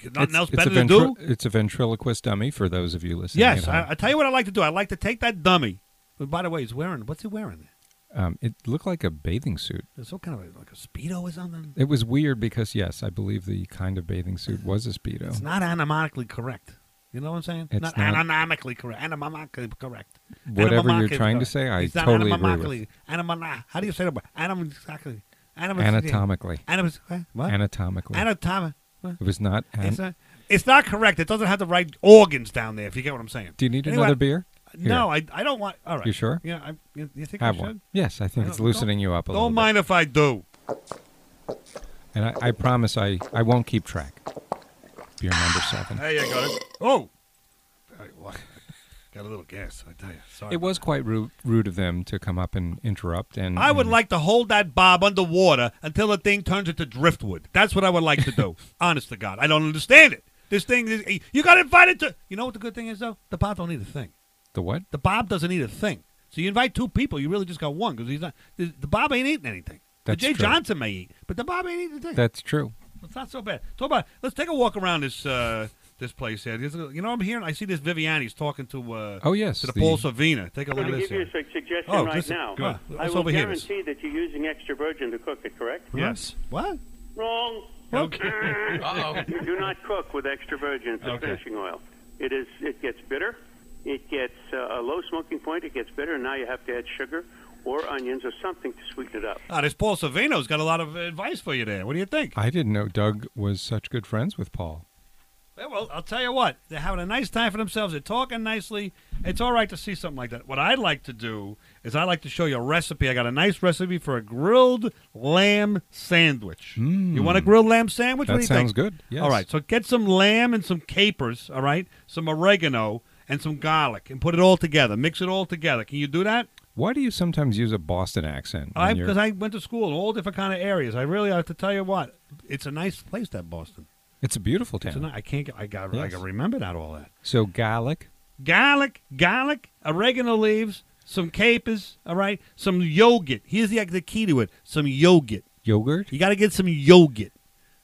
E: it's nothing else better
D: a
E: to
D: ventri-
E: do.
D: It's a ventriloquist dummy for those of you listening.
E: Yes,
D: at home.
E: I, I tell you what I like to do. I like to take that dummy. But by the way, he's wearing what's he wearing?
D: um, it looked like a bathing suit.
E: There's some kind of a, like a speedo or something.
D: It was weird because yes, I believe the kind of bathing suit was a speedo.
E: It's not anatomically correct. You know what I'm saying?
D: It's not-
E: anatomically correct. Anatomically correct.
D: Whatever you're
E: Anatomically
D: trying to
E: correct.
D: say, I
E: It's not
D: totally agree with.
E: anatomically. Anamana- How do you say that? word? Anam- exactly. Anam-
D: Anatomically.
E: Anam- eh, what?
D: Anatomically.
E: Anatomi- what?
D: it was not. an-
E: It's, not, it's not correct. It doesn't have the right organs down there. If you get what I'm saying.
D: Do you need
E: Anyway, uh,
D: another beer? Here.
E: No, I, I don't want. All right.
D: You sure?
E: Yeah. I, you, you think I
D: Have
E: should?
D: one. Yes, I think
E: I
D: it's
E: don't-
D: loosening you up a little
E: Don't mind if I do.
D: And I, I promise I, I won't keep track. Beer number seven.
E: There you go. Oh. All right, what? Got a little gas. I tell you. Sorry.
D: It was quite rude, rude of them to come up and interrupt. And
E: I would
D: and-
E: like to hold that bob underwater until the thing turns into driftwood. That's what I would like to *laughs* do. Honest to God, I don't understand it. This thing is eh, you got invited to. You know what the good thing is though? The bob don't need a thing.
D: the what?
E: The bob doesn't need a thing. So you invite two people, you really just got one because he's not. The, the bob ain't eating anything.
D: That's
E: the Jay
D: true.
E: Johnson may eat, but the bob ain't eating a thing.
D: That's true.
E: It's not so bad. Talk about. Let's take a walk around this uh, this place here. There's a- You know, I'm here and I see this Viviani's talking to. Uh,
D: Oh, yes,
E: to the,
D: the-
E: Paul Savina. Take a
L: I'm going
E: look at
L: to
E: this.
L: give you a
E: here.
L: su- suggestion
E: Oh,
L: right
E: listen,
L: now.
E: go on.
L: I
E: Let's
L: will
E: overhear this.
L: guarantee that you're using extra virgin to cook it, correct?
E: Yes. What?
L: Wrong.
E: Okay.
L: *laughs* Uh-oh. you do not cook with extra virgin. It's a
E: Okay.
L: finishing oil. It is. It gets bitter. It gets uh, a low smoking point. It gets bitter, and now you have to add sugar or onions or something to sweeten it up.
E: Ah, this Paul Savino's got a lot of advice for you there. What do you think?
D: I didn't know Doug was such good friends with Paul.
E: There well, I'll tell you what. They're having a nice time for themselves. They're talking nicely. It's all right to see something like that. What I'd like to do is I'd like to show you a recipe. I got a nice recipe for a grilled lamb sandwich. You want a grilled lamb sandwich?
D: Hmm. That
E: what do you
D: sounds
E: think?
D: good, yes.
E: All right. So get some lamb and some capers. All right. Some oregano and some garlic, and put it all together. Mix it all together. Can you do that?
D: Why do you sometimes use a Boston accent? when
E: I
D: you're-
E: because I went to school in all different kind of areas. I really have to tell you what. It's a nice place that Boston.
D: it's a beautiful
E: It's
D: town.
E: a ni- I can't. get- I got. I
D: Yes.
E: got to remember that all that.
D: so garlic,
E: garlic, garlic, oregano leaves, some capers, all right, some yogurt. Here's the, the key to it some yogurt.
D: Yogurt?
E: You got to get some yogurt,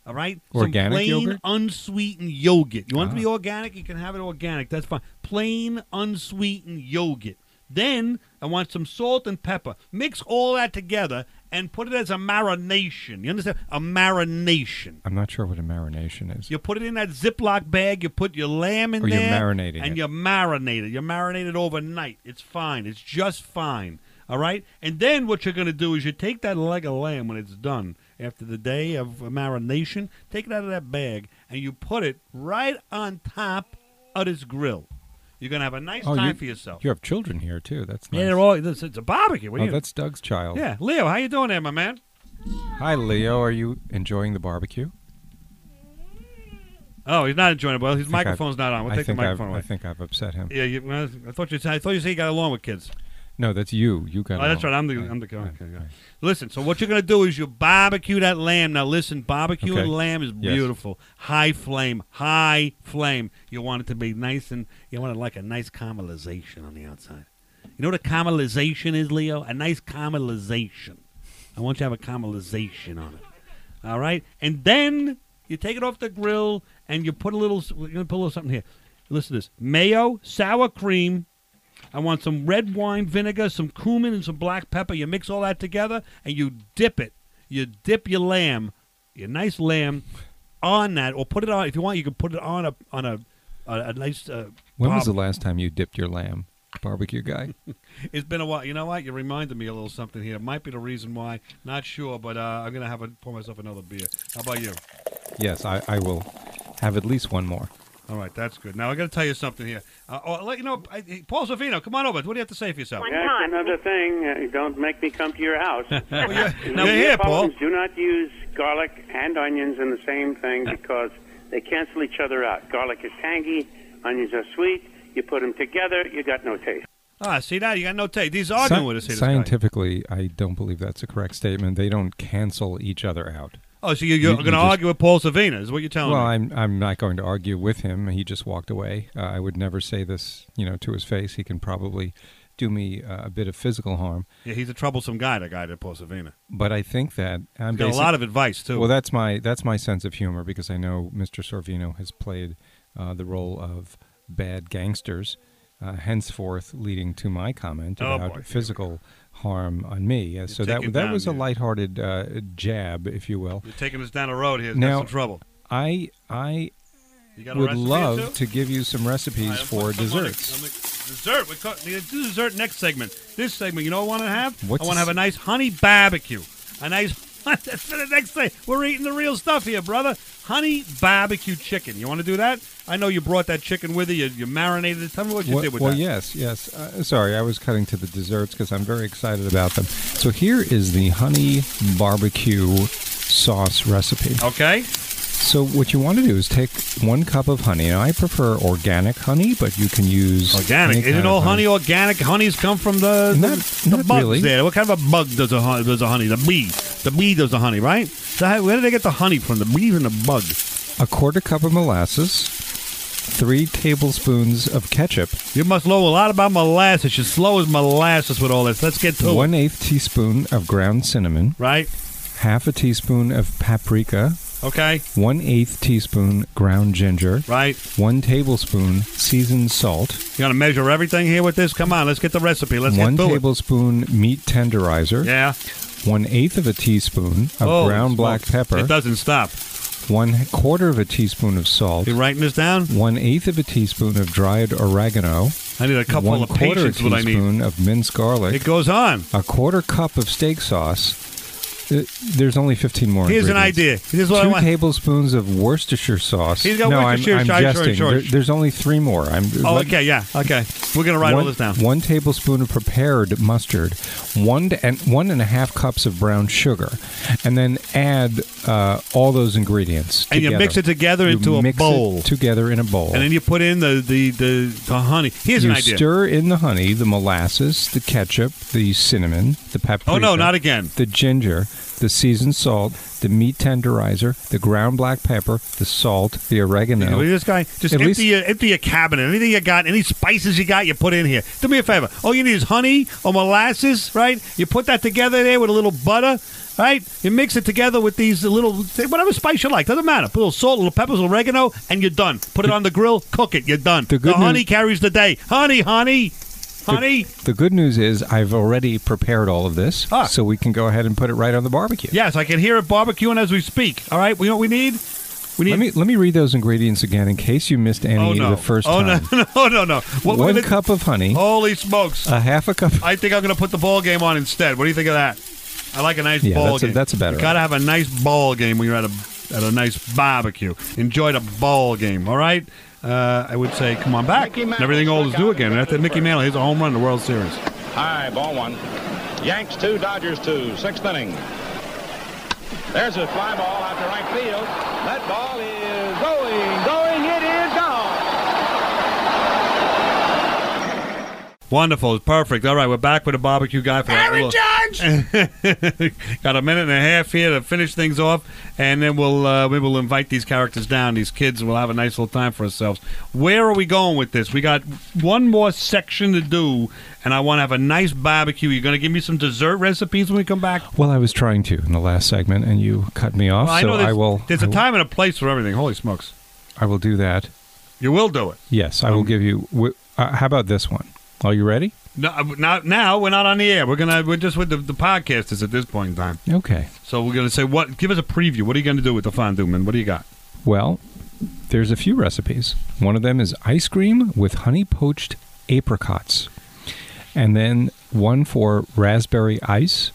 E: all right? some
D: Organic
E: plain,
D: yogurt?
E: unsweetened yogurt. You want it to be
D: Ah.
E: organic? You can have it organic. That's fine. Plain, unsweetened yogurt. Then I want some salt and pepper. Mix all that together and put it as a marination. You understand? A marination.
D: I'm not sure what a marination is.
E: You put it in that Ziploc bag. You put your lamb in
D: Or you're
E: there.
D: marinating
E: And
D: it.
E: you marinate it. You marinate it overnight. It's fine. It's just fine. All right? And then what you're going to do is you take that leg of lamb when it's done after the day of marination, take it out of that bag, and you put it right on top of this grill. You're going to have a nice time
D: you,
E: for yourself.
D: You have children here too. That's Oh, nice.
E: Yeah, they're all, it's, it's a barbecue. What do
D: oh,
E: you-
D: that's Doug's child.
E: yeah. Leo, how you doing there, my man?
D: Hi, Leo. Are you enjoying the barbecue?
E: Oh, he's not enjoying it. Well, his
D: I think I've-
E: microphone's not on. We'll
D: I
E: take the
D: think I've-
E: microphone away.
D: I think I've upset him.
E: Yeah, you, well, I thought you. I thought you said you got along with kids.
D: No, that's you. You got.
E: Oh, that's
D: along.
E: right. I'm the I'm the guy. Okay, yeah. Listen. So what you're gonna do is you barbecue that lamb. Now listen, barbecue
D: Okay.
E: and lamb is
D: Yes.
E: beautiful. High flame, high flame. You want it to be nice and you want it like a nice caramelization on the outside. You know what a caramelization is, Leo? A nice caramelization. I want you to have a caramelization on it. All right, and then you take it off the grill and you put a little. We're gonna put a little something here. Listen to this: mayo, sour cream, I want some red wine vinegar, some cumin, and some black pepper. You mix all that together and you dip it. You dip your lamb, your nice lamb, on that, or put it on. If you want, you can put it on a on a a, a nice. Uh,
D: When was the
E: barb-
D: last time you dipped your lamb, barbecue guy?
E: *laughs* It's been a while. You know what? You reminded me a little something here. Might be the reason why. Not sure, but uh, I'm gonna have a pour myself another beer. How about you?
D: yes, I, I will have at least one more.
E: All right, that's good. Now I got to tell you something here. Uh, oh, let you know, I, I- Paul Savino, come on over. What do you have to say for yourself?
L: That's another thing. Uh, don't make me come to your
E: *laughs*
L: house.
E: now you're here, Paul.
L: Neapolitans Do not use garlic and onions in the same thing because they cancel each other out. Garlic is tangy, onions are sweet. You put them together, you got no taste.
E: Ah, see that? You got no taste. He's arguing
D: Sci-
E: with us here. this guy.
D: scientifically, I don't believe that's a correct statement. They don't cancel each other out.
E: Oh, so you- you're
D: You-
E: going
D: you
E: to
D: just-
E: argue with Paul Savina? Is what you're telling
D: Well,
E: me?
D: I'm I'm not going to argue with him. He just walked away. Uh, I would never say this, you know, to his face. He can probably do me uh, a bit of physical harm.
E: yeah, he's a troublesome guy. That guy, that Paul Savina.
D: But I think that I'm
E: He's got a
D: basi-
E: lot of advice, too.
D: Well, that's my that's my sense of humor because I know Mr. Sorvino has played uh, the role of bad gangsters, uh, henceforth leading to my comment
E: Oh,
D: about
E: boy.
D: physical harm on me. Uh, so that
E: taking
D: that
E: down,
D: was a
E: yeah.
D: lighthearted uh, jab, if you will.
E: You're taking us down the road here. There's
D: now
E: some trouble.
D: I I
E: You got a
D: would
E: recipe or two?
D: love to give you some recipes for
E: I'm on it.
D: desserts.
E: I'm like, Dessert. We cook, we do dessert next segment. This segment, you know, what I want to have.
D: What's
E: I want to have a nice honey barbecue. A nice. *laughs* That's for the next thing. We're eating the real stuff here, brother. Honey barbecue chicken. You want to do that? I know you brought that chicken with you. You, you marinated it. Tell me what you
D: Well-
E: did with
D: well,
E: that.
D: yes, yes. Uh, sorry, I was cutting to the desserts because I'm very excited about them. So here is the honey barbecue sauce recipe.
E: Okay.
D: So what you want to do is take one cup of honey. Now I prefer organic honey, but you can use
E: Organic.
D: any
E: Isn't
D: kind
E: all
D: of
E: honey organic? Honeys come from the, the, the bugs
D: really.
E: there. What kind of a bug does a, hon- does a honey? The bee. The bee does the honey, right? So how, where do they get the honey from? The bee and the bug.
D: A quarter cup of molasses, three tablespoons of ketchup,
E: You must know a lot about molasses. You're slow as molasses with all this. Let's get to
D: one
E: it.
D: eighth teaspoon of ground cinnamon,
E: right?
D: Half a teaspoon of paprika,
E: Okay.
D: one eighth teaspoon ground ginger,
E: Right.
D: One tablespoon seasoned salt,
E: You gonna measure everything here with this? Come on, let's get the recipe. Let's
D: one
E: get to
D: tablespoon meat tenderizer,
E: it. Yeah.
D: one eighth of a teaspoon of
E: Holy
D: ground black
E: smokes.
D: pepper.
E: It doesn't stop.
D: one quarter of a teaspoon of salt.
E: You writing this down?
D: One eighth of a teaspoon of dried oregano.
E: I need a couple
D: one
E: of
D: quarter
E: patience. What I need.
D: teaspoon of minced garlic.
E: It goes on.
D: A quarter cup of steak sauce. Th- There's only 15 more.
E: Here's an
D: ingredients.
E: idea. Here's what I
D: Two
E: want.
D: tablespoons of Worcestershire sauce.
E: He's got
D: no,
E: Worcestershire
D: I'm,
E: sauce, sorry,
D: I'm jesting.
E: sorry.
D: There- there's only three more. I'm.
E: Oh,
D: let-
E: okay, yeah, okay. We're gonna write
D: one,
E: all this down.
D: One tablespoon of prepared mustard, one to, and one and a half cups of brown sugar, and then add uh, all those ingredients.
E: And you
D: together.
E: mix it together
D: You
E: into a
D: mix it
E: bowl.
D: together in a bowl.
E: And then you put in the the the, the honey. Here's
D: you
E: an idea.
D: stir in the honey, the molasses, the ketchup, the cinnamon, the paprika.
E: Oh, no, not again.
D: The ginger, the seasoned salt, the meat tenderizer, the ground black pepper, the salt, the oregano.
E: Look at this guy. Just
D: At
E: empty
D: least-
E: your empty your cabinet. Anything you got, any spices you got, you put in here. Do me a favor. All you need is honey or molasses, right? You put that together there with a little butter, right? You mix it together with these little whatever spice you like. Doesn't matter. Put a little salt, a little peppers, oregano, and you're done. Put it on the grill, cook it. You're done. The,
D: good
E: honey
D: news-
E: carries the day. Honey, honey, honey.
D: The good news is I've already prepared all of this,
E: Ah.
D: so we can go ahead and put it right on the barbecue.
E: Yes, I can hear it barbecuing as we speak. All right, we know what we need. We need.
D: Let me let me read those ingredients again in case you missed any
E: oh no!
D: the first
E: oh
D: time.
E: no! No! No! No! *laughs* What we're Oh.
D: One
E: gonna-
D: cup of honey,
E: Holy smokes!
D: a half a cup. *laughs*
E: I think I'm going to put the ball game on instead. What do you think of that? I like a nice
D: Yeah,
E: ball
D: that's a-
E: game.
D: that's a better
E: You gotta have a nice ball game when you're at a at a nice barbecue. Enjoy the ball game. All right. Uh, I would say, come on back. And everything old is new again. And after Mickey Mantle, here's a home run in the World Series.
M: High, ball one. Yanks two, Dodgers two, sixth inning. There's a fly ball out to right field. That ball is going, going, it is gone.
E: Wonderful, perfect. All right, we're back with a barbecue guy for that.
M: Aaron
E: little- *laughs* Got a minute and a half here to finish things off, and then we'll uh, maybe we'll invite these characters down, these kids, and we'll have a nice little time for ourselves. Where are we going with this? We got one more section to do, and I want to have a nice barbecue. You're going to give me some dessert recipes when we come back.
D: Well, I was trying to in the last segment, and you cut me off,
E: Well, I
D: so
E: know there's,
D: Oh, I will.
E: There's
D: I
E: a
D: will-
E: time and a place for everything. Holy smokes!
D: I will do that.
E: You will do it.
D: Yes, I will
E: Um,
D: give you. wi- Uh, how about this one? Are you ready?
E: No, uh, not now. We're not on the air. We're gonna. We're just with the, the podcasters at this point in time.
D: Okay.
E: So we're gonna say what? Give us a preview. What are you gonna do with the fondue, man? What do you got?
D: Well, there's a few recipes. One of them is ice cream with honey poached apricots, and then one for raspberry ice,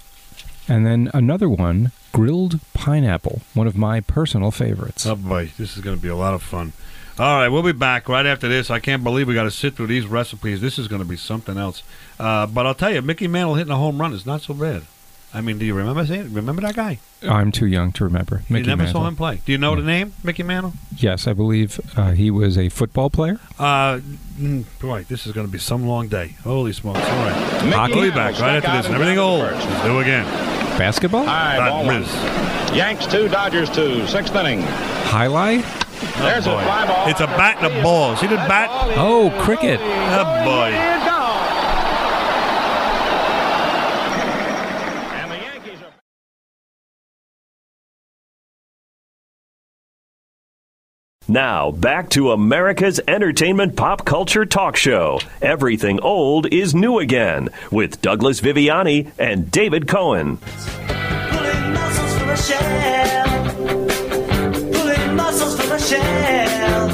D: and then another one grilled pineapple, one of my personal favorites.
E: Oh boy, this is going to be a lot of fun. All right, we'll be back right after this. I can't believe we got to sit through these recipes. This is going to be something else. Uh, but I'll tell you, Mickey Mantle hitting a home run is not so bad. I mean, do you remember seeing- remember that guy?
D: I'm too young to remember. Mickey
E: you never
D: Mantle.
E: saw him play. Do you know the name, Mickey Mantle?
D: Yes, I believe uh, he was a football player.
E: Uh, mm, boy, this is going to be some long day. Holy smokes! All right,
D: Mickey
E: I'll be
D: Mantle
E: back right
D: struck
E: after
D: out
E: this.
D: in
E: And everything
D: round
E: old, let's do again.
D: Basketball?
M: High, ball
E: That
M: one.
E: is.
M: Yanks two, Dodgers two, sixth inning.
D: Highlight?
M: There's a fly ball.
E: Oh, It's a bat and a ball. See the bat?
D: Oh, cricket.
E: Oh boy.
A: Now, back to America's entertainment pop culture talk show. Everything old is new again with Douglas Viviani and David Cohen.
N: muscles from a shell. Pulling muscles from a shell.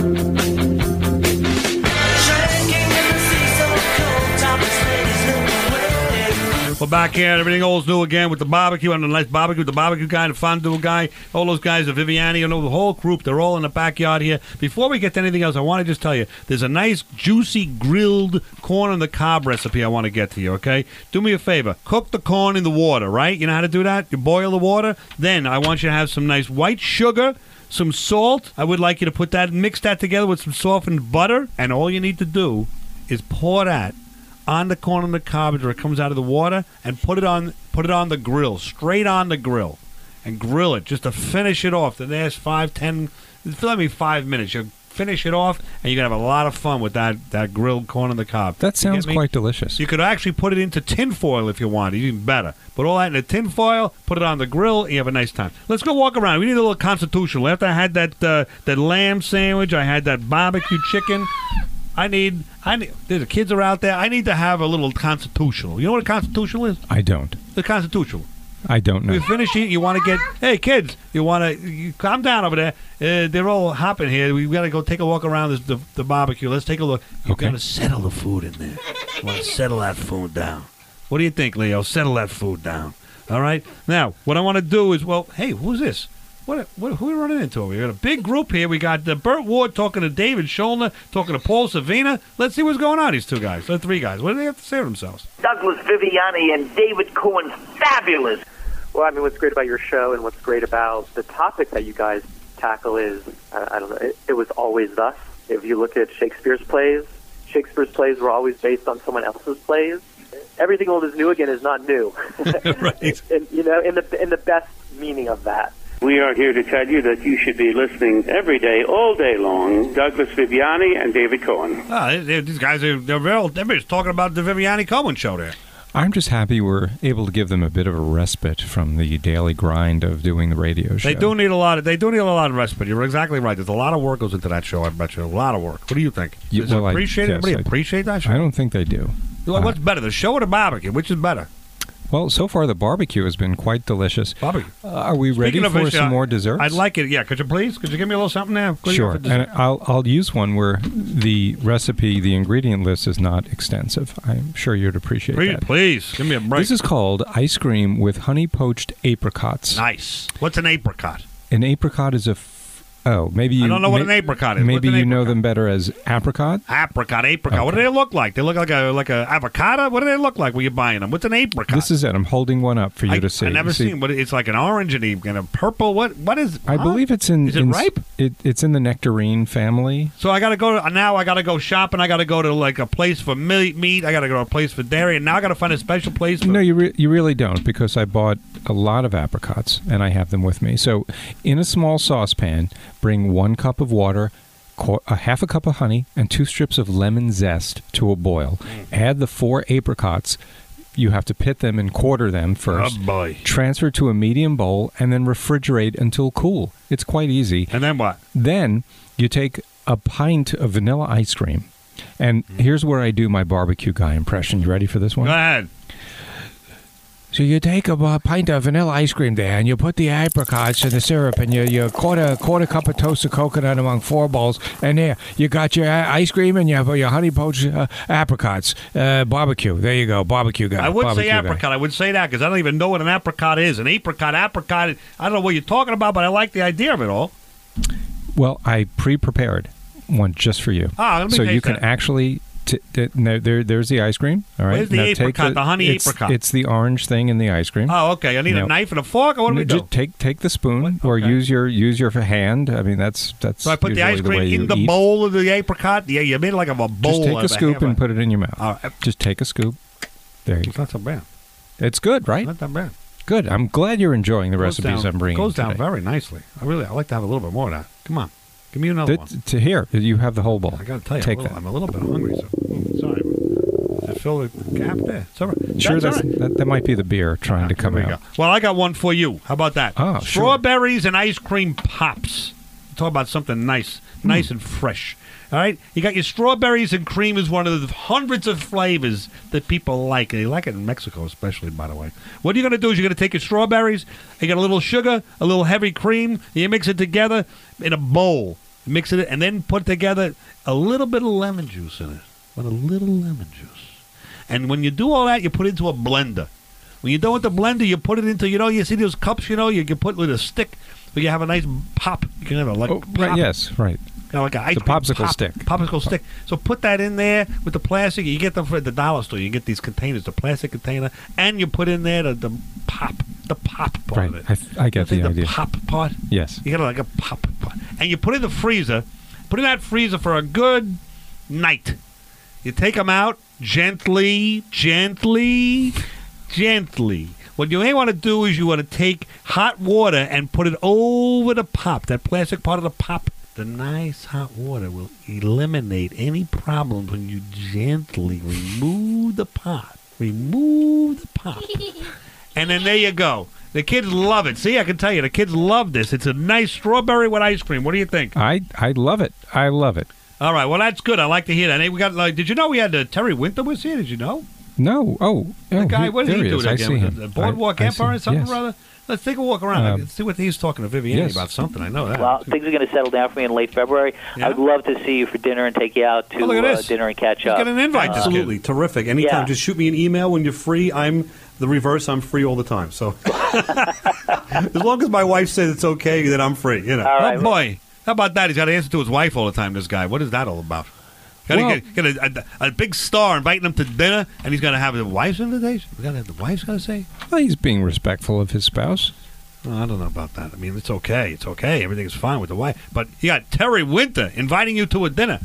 N: Shrinking in the sea so cold. Topless ladies looking away.
E: We're back here. and Everything old's new again with the barbecue and the nice barbecue. The barbecue guy, the fondue guy, all those guys, the Viviani, you know, the whole group. They're all in the backyard here. Before we get to anything else, I want to just tell you there's a nice, juicy, grilled corn on the cob recipe I want to get to you, okay? Do me a favor. Cook the corn in the water, right? You know how to do that? You boil the water. Then I want you to have some nice white sugar some salt. I would like you to put that, mix that together with some softened butter, and all you need to do is pour that on the corn on the cob where it comes out of the water, and put it on, put it on the grill, straight on the grill, and grill it just to finish it off. The last five, ten, let me five minutes. You finish it off, and you're gonna have a lot of fun with that that grilled corn on the cob.
D: That
E: You get
D: sounds
E: me?
D: quite delicious.
E: You could actually put it into tin foil if you want. Even better. Put all that in a tin foil. Put it on the grill. And you have a nice time. Let's go walk around. We need a little constitutional. After I had that uh, that lamb sandwich, I had that barbecue chicken. I need I need. The kids are out there. I need to have a little constitutional. You know what a constitutional is?
D: I don't.
E: The constitutional.
D: I don't know.
E: We finish eating. You want to get? Hey, kids! You want to calm down over there? Uh, they're all hopping here. We got to go take a walk around this, the, the barbecue. Let's take a look. You
O: Okay.
E: gotta settle the food in there. You want to settle that food down? What do you think, Leo? Settle that food down. All right. Now, what I want to do is, well, hey, who's this? What, what who are we running into? We got a big group here. We got the Burt Ward talking to David Schulner, talking to Paul Savina. Let's see what's going on. These two guys, or three guys. What do they have to say to themselves?
F: Douglas Viviani and David Cohen's fabulous.
O: Well, I mean, what's great about your show and what's great about the topic that you guys tackle is, I, I don't know, it, it was always thus. If you look at Shakespeare's plays, Shakespeare's plays were always based on someone else's plays. Everything old is new again is not new.
E: right.
O: And, you know, in the, in the best meaning of that.
L: We are here to tell you that you should be listening every day, all day long, Douglas Viviani and David Cohen.
E: Ah, they- they- these guys are they're real. Everybody's talking about the Viviani Cohen show there.
D: I'm just happy we're able to give them a bit of a respite from the daily grind of doing the radio show.
E: They do need a lot. Of, they do need a lot of respite. You're exactly right. There's a lot of work goes into that show. I bet you a lot of work. What do you think?
D: You-
E: Does it
D: well, I-
E: appreciate
D: yes,
E: it? Everybody
D: I-
E: appreciate that show.
D: I don't think they do.
E: Well, What's better, the show or the barbecue? Which is better?
D: Well, so far the barbecue has been quite delicious.
E: Barbecue.
D: Uh, are we ready
E: Speaking of
D: for
E: which,
D: some
E: uh,
D: more desserts?
E: I'd like it. Yeah, could you please? Could you give me a little something now? Could you-
D: Sure,
E: for dessert?
D: and I'll I'll use one where the recipe, the ingredient list is not extensive. I'm sure you'd appreciate
E: please,
D: that.
E: please give me a break.
D: This is called ice cream with honey poached apricots.
E: nice. What's an apricot?
D: An apricot is a f- oh maybe you
E: I don't know what an apricot is. What's
D: Maybe
E: an
D: you know them better as apricot.
E: Apricot, apricot. What do they look like? They look like a like a avocado. What do they look like when you're buying them? What's an apricot?
D: This is it. I'm holding one up for you
E: I,
D: to see.
E: I never
D: You see,
E: seen, but it's like an orange and a, and a purple. What what is?
D: I
E: huh?
D: believe it's in.
E: Is it
D: in-
E: ripe?
D: It, it's in the nectarine family.
E: So I gotta go to, now. I gotta go shopping. I gotta go to like a place for mi- meat. I gotta go to a place for dairy, and now I gotta find a special place. For,
D: No, you re- you really don't because I bought a lot of apricots and I have them with me. So, in a small saucepan, bring one cup of water, qu- a half a cup of honey, and two strips of lemon zest to a boil.
E: Mm.
D: Add the four apricots. You have to pit them and quarter them first.
E: Oh, boy.
D: Transfer to a medium bowl and then refrigerate until cool. It's quite easy.
E: And then what?
D: Then you take a pint of vanilla ice cream. And here's where I do my barbecue guy impression. You ready for this one?
E: Mm. Go ahead.
D: So you take a uh, pint of vanilla ice cream there, and you put the apricots in the syrup, and you you quarter quarter cup of toasted coconut among four balls, and there you got your uh, ice cream and you have your honey poached uh, apricots uh, barbecue. There you go, barbecue guy.
E: I would say
D: barbecue guy.
E: apricot. I would say that because I don't even know what an apricot is. An apricot, apricot. I don't know what you're talking about, but I like the idea of it all.
D: Well, I pre-prepared one just for you,
E: Ah, let me
D: so you
E: taste
D: can
E: that.
D: actually. T- t- no, there, there's the ice cream. All right,
E: Where's the
D: Now take
E: apricot, the honey
D: it's,
E: apricot?
D: It's the orange thing in the ice cream.
E: Oh, okay. I need
D: No.
E: a knife and a fork. Or what do
D: No,
E: we
D: ju-
E: do?
D: Take take the spoon or use your use your hand. I mean that's that's.
E: So I put the
D: usually
E: ice cream
D: way you
E: in the
D: eat.
E: bowl of the apricot. Yeah, you made it like of a bowl.
D: Just take
E: of
D: a scoop
E: hammer.
D: and put it in your mouth.
E: All right.
D: Just take a scoop. There you
E: It's
D: go.
E: not so bad.
D: It's good, right?
E: Not that bad.
D: Good. I'm glad you're enjoying the
E: Goes
D: recipes
E: down-
D: I'm bringing.
E: Goes down
D: today.
E: very nicely. I really, I like to have a little bit more of that. Come on, give me another one.
D: That- to here, you have the whole bowl.
E: I gotta tell you,
D: take
E: I'm, a little,
D: that.
E: I'm a little bit hungry. So, oh, sorry, I fill the gap there. It's all right.
D: sure,
E: that's, all right.
D: that, that might be the beer trying to come
E: There you
D: out.
E: go. Well, I got one for you. How about that?
D: Oh, sure.
E: Strawberries and ice cream pops. Talk about something nice, nice and fresh. All right, you got your strawberries and cream is one of the hundreds of flavors that people like. They like it in Mexico, especially, by the way. What you're going to do is you're going to take your strawberries, you got a little sugar, a little heavy cream, you mix it together in a bowl, mix it, and then put together a little bit of lemon juice in it. But a little lemon juice. And when you do all that, you put it into a blender. When you do it with the blender, you put it into, you know, you see those cups, you know, you can put it with a stick, but you have a nice pop. You can have a like,
D: Oh, right.
E: pop,
D: Yes. Right.
E: you know, like a ice
D: The
E: cream
D: popsicle
E: pop-
D: stick.
E: Popsicle stick. So put that in there with the plastic. You get them for at the dollar store. You get these containers, the plastic container, and you put in there the, the pop, the pop part
D: Right.
E: of it.
D: I f- I get
E: You see
D: the idea.
E: pop part.
D: Yes.
E: You got like a pop part, and you put it in the freezer. Put it in that freezer for a good night. You take them out gently, gently, gently. What you may want to do is you want to take hot water and put it over the pop, that plastic part of the pop. The nice hot water will eliminate any problems when you gently remove the pop. Remove the pop. And then there you go. The kids love it. See, I can tell you, the kids love this. It's a nice strawberry with ice cream. What do you think?
D: I I love it. I love it.
E: All right. Well, that's good. I like to hear that. Hey, we got like. Did you know we had uh, Terry Winter was here? Did you know?
D: No. Oh,
E: The
D: oh,
E: guy,
D: he-
E: what did
D: there
E: he do
D: is.
E: it
D: I
E: again?
D: see
E: with
D: him.
E: The Boardwalk
D: I- I see
E: Empire or
D: him.
E: something
D: Yes.
E: or other? Let's take a walk around.
D: Um,
E: Let's see what he's talking to Viviani
D: yes.
E: about something. I know that.
P: Well, things are going to settle down for me in late February. I would love to see you for dinner and take you out to
Q: Oh, look at
P: uh,
Q: this.
P: dinner and catch up. Uh,
Q: Absolutely terrific. Anytime,
P: Yeah.
Q: just shoot me an email when you're free. I'm the reverse. I'm free all the time.
P: *laughs*
Q: So as long as my wife says it's okay, then I'm free. You know.
E: Oh boy, how about that? He's got to answer to his wife all the time. This guy, what is that all about? Got to
Q: Well-
E: get, get a, a, a big star inviting him to dinner, and he's going to have the wife's invitation. We got to have the wife's got to say.
D: Well, he's being respectful of his spouse.
E: Oh, I don't know about that. I mean, it's okay. It's okay. Everything's fine with the wife. But you got Terry Winter inviting you to a dinner.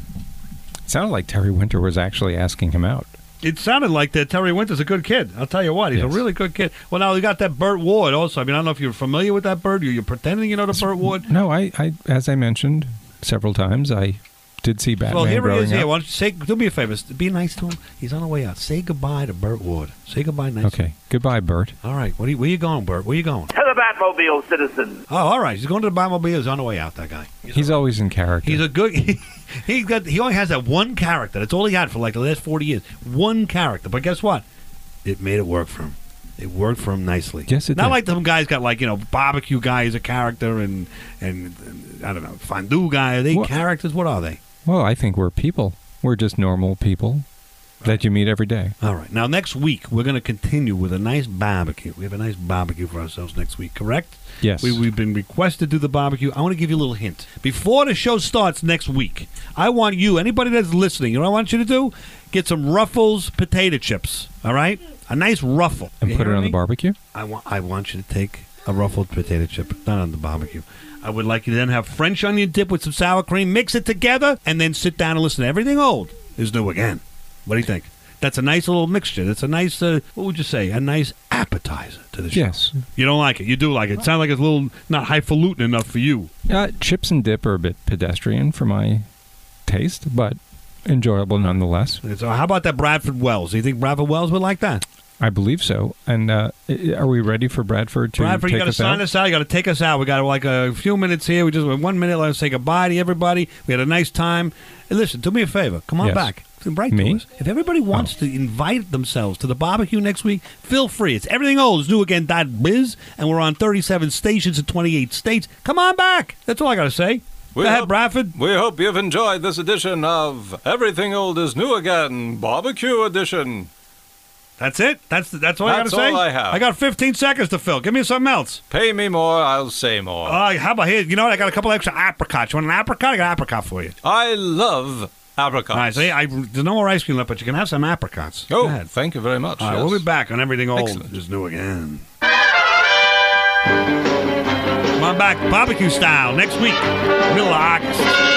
D: It sounded like Terry Winter was actually asking him out.
E: It sounded like that Terry Winter's a good kid. I'll tell you what, he's a really good kid. Well, now you got that Burt Ward also. I mean, I don't know if you're familiar with that Burt. You- You're pretending you know the Burt Ward.
D: No, I, I, as I mentioned several times, I did see Batman
E: well, here he
D: growing
E: is.
D: up.
E: Here, why don't you say? Do me a favor. Be nice to him. He's on the way out. Say goodbye to Burt Ward. Say goodbye nice.
D: Okay, goodbye, Bert.
E: All right. What are you, where you going, Bert? Where you going?
F: To the Batmobile, citizen.
E: Oh, all right. He's going to the Batmobile. He's on the way out. That guy.
D: He's always in character.
E: He's a good. *laughs* He got. He only has that one character. That's all he had for like the last forty years. One character. But guess what? It made it work for him. It worked for him nicely.
D: Yes, it
E: Not
D: did.
E: like some guys got like you know barbecue guy is a character and and, and I don't know fondue guy. Are they characters? What are they?
D: Well, I think we're people. We're just normal people that you meet every day.
E: All right. Now next week we're going to continue with a nice barbecue. We have a nice barbecue for ourselves next week. Correct?
D: Yes.
E: We, we've been requested to do the barbecue. I want to give you a little hint. Before the show starts next week, I want you, anybody that's listening, you know what I want you to do? Get some Ruffles potato chips, all right? A nice ruffle.
D: And
E: You
D: put it
E: hearing
D: on the
E: me?
D: barbecue.
E: I want I want you to take a ruffled potato chip, not on the barbecue. I would like you to then have French onion dip with some sour cream, mix it together, and then sit down and listen. Everything old is new again. What do you think? That's a nice little mixture. That's a nice, uh, what would you say? A nice appetizer to the show.
D: Yes.
E: You don't like it. You do like it. It sounds like it's a little not highfalutin enough for you.
D: Uh, chips and dip are a bit pedestrian for my taste, but enjoyable nonetheless.
E: So how about that Bradford Wells? Do you think Bradford Wells would like that?
D: I believe so. And uh, i- are we ready for Bradford to
E: Bradford, you
D: take
E: got to
D: us
E: sign
D: out?
E: us out. You got to take us out. We got like a few minutes here. We just went one minute. Let us say goodbye to everybody. We had a nice time. And listen, do me a favor. Come on
D: Yes.
E: back. Come Right
D: Me? Oh.
E: to us. If everybody wants to invite themselves to the barbecue next week, feel free. It's everything old is new again. Dot biz, and we're on 37 stations in 28 states. Come on back. That's all I got to say. Go ahead, Bradford.
C: We hope you've enjoyed this edition of Everything Old is New Again, Barbecue Edition.
E: That's it. That's that's all I got to
C: That's
E: say.
C: all I have.
E: I got 15 seconds to fill. Give me something else.
C: Pay me more, I'll say more.
E: Uh, how about here? You know what? I got a couple extra apricots. You want an apricot? I got an apricot for you.
C: I love apricots.
E: All right, so yeah, I, there's no more ice cream left, but you can have some apricots. Go
C: Oh,
E: ahead.
C: thank you very much.
E: All right,
C: yes.
E: we'll be back on everything old
C: Excellent.
E: is new again. Come on back, barbecue style, next week, middle of August.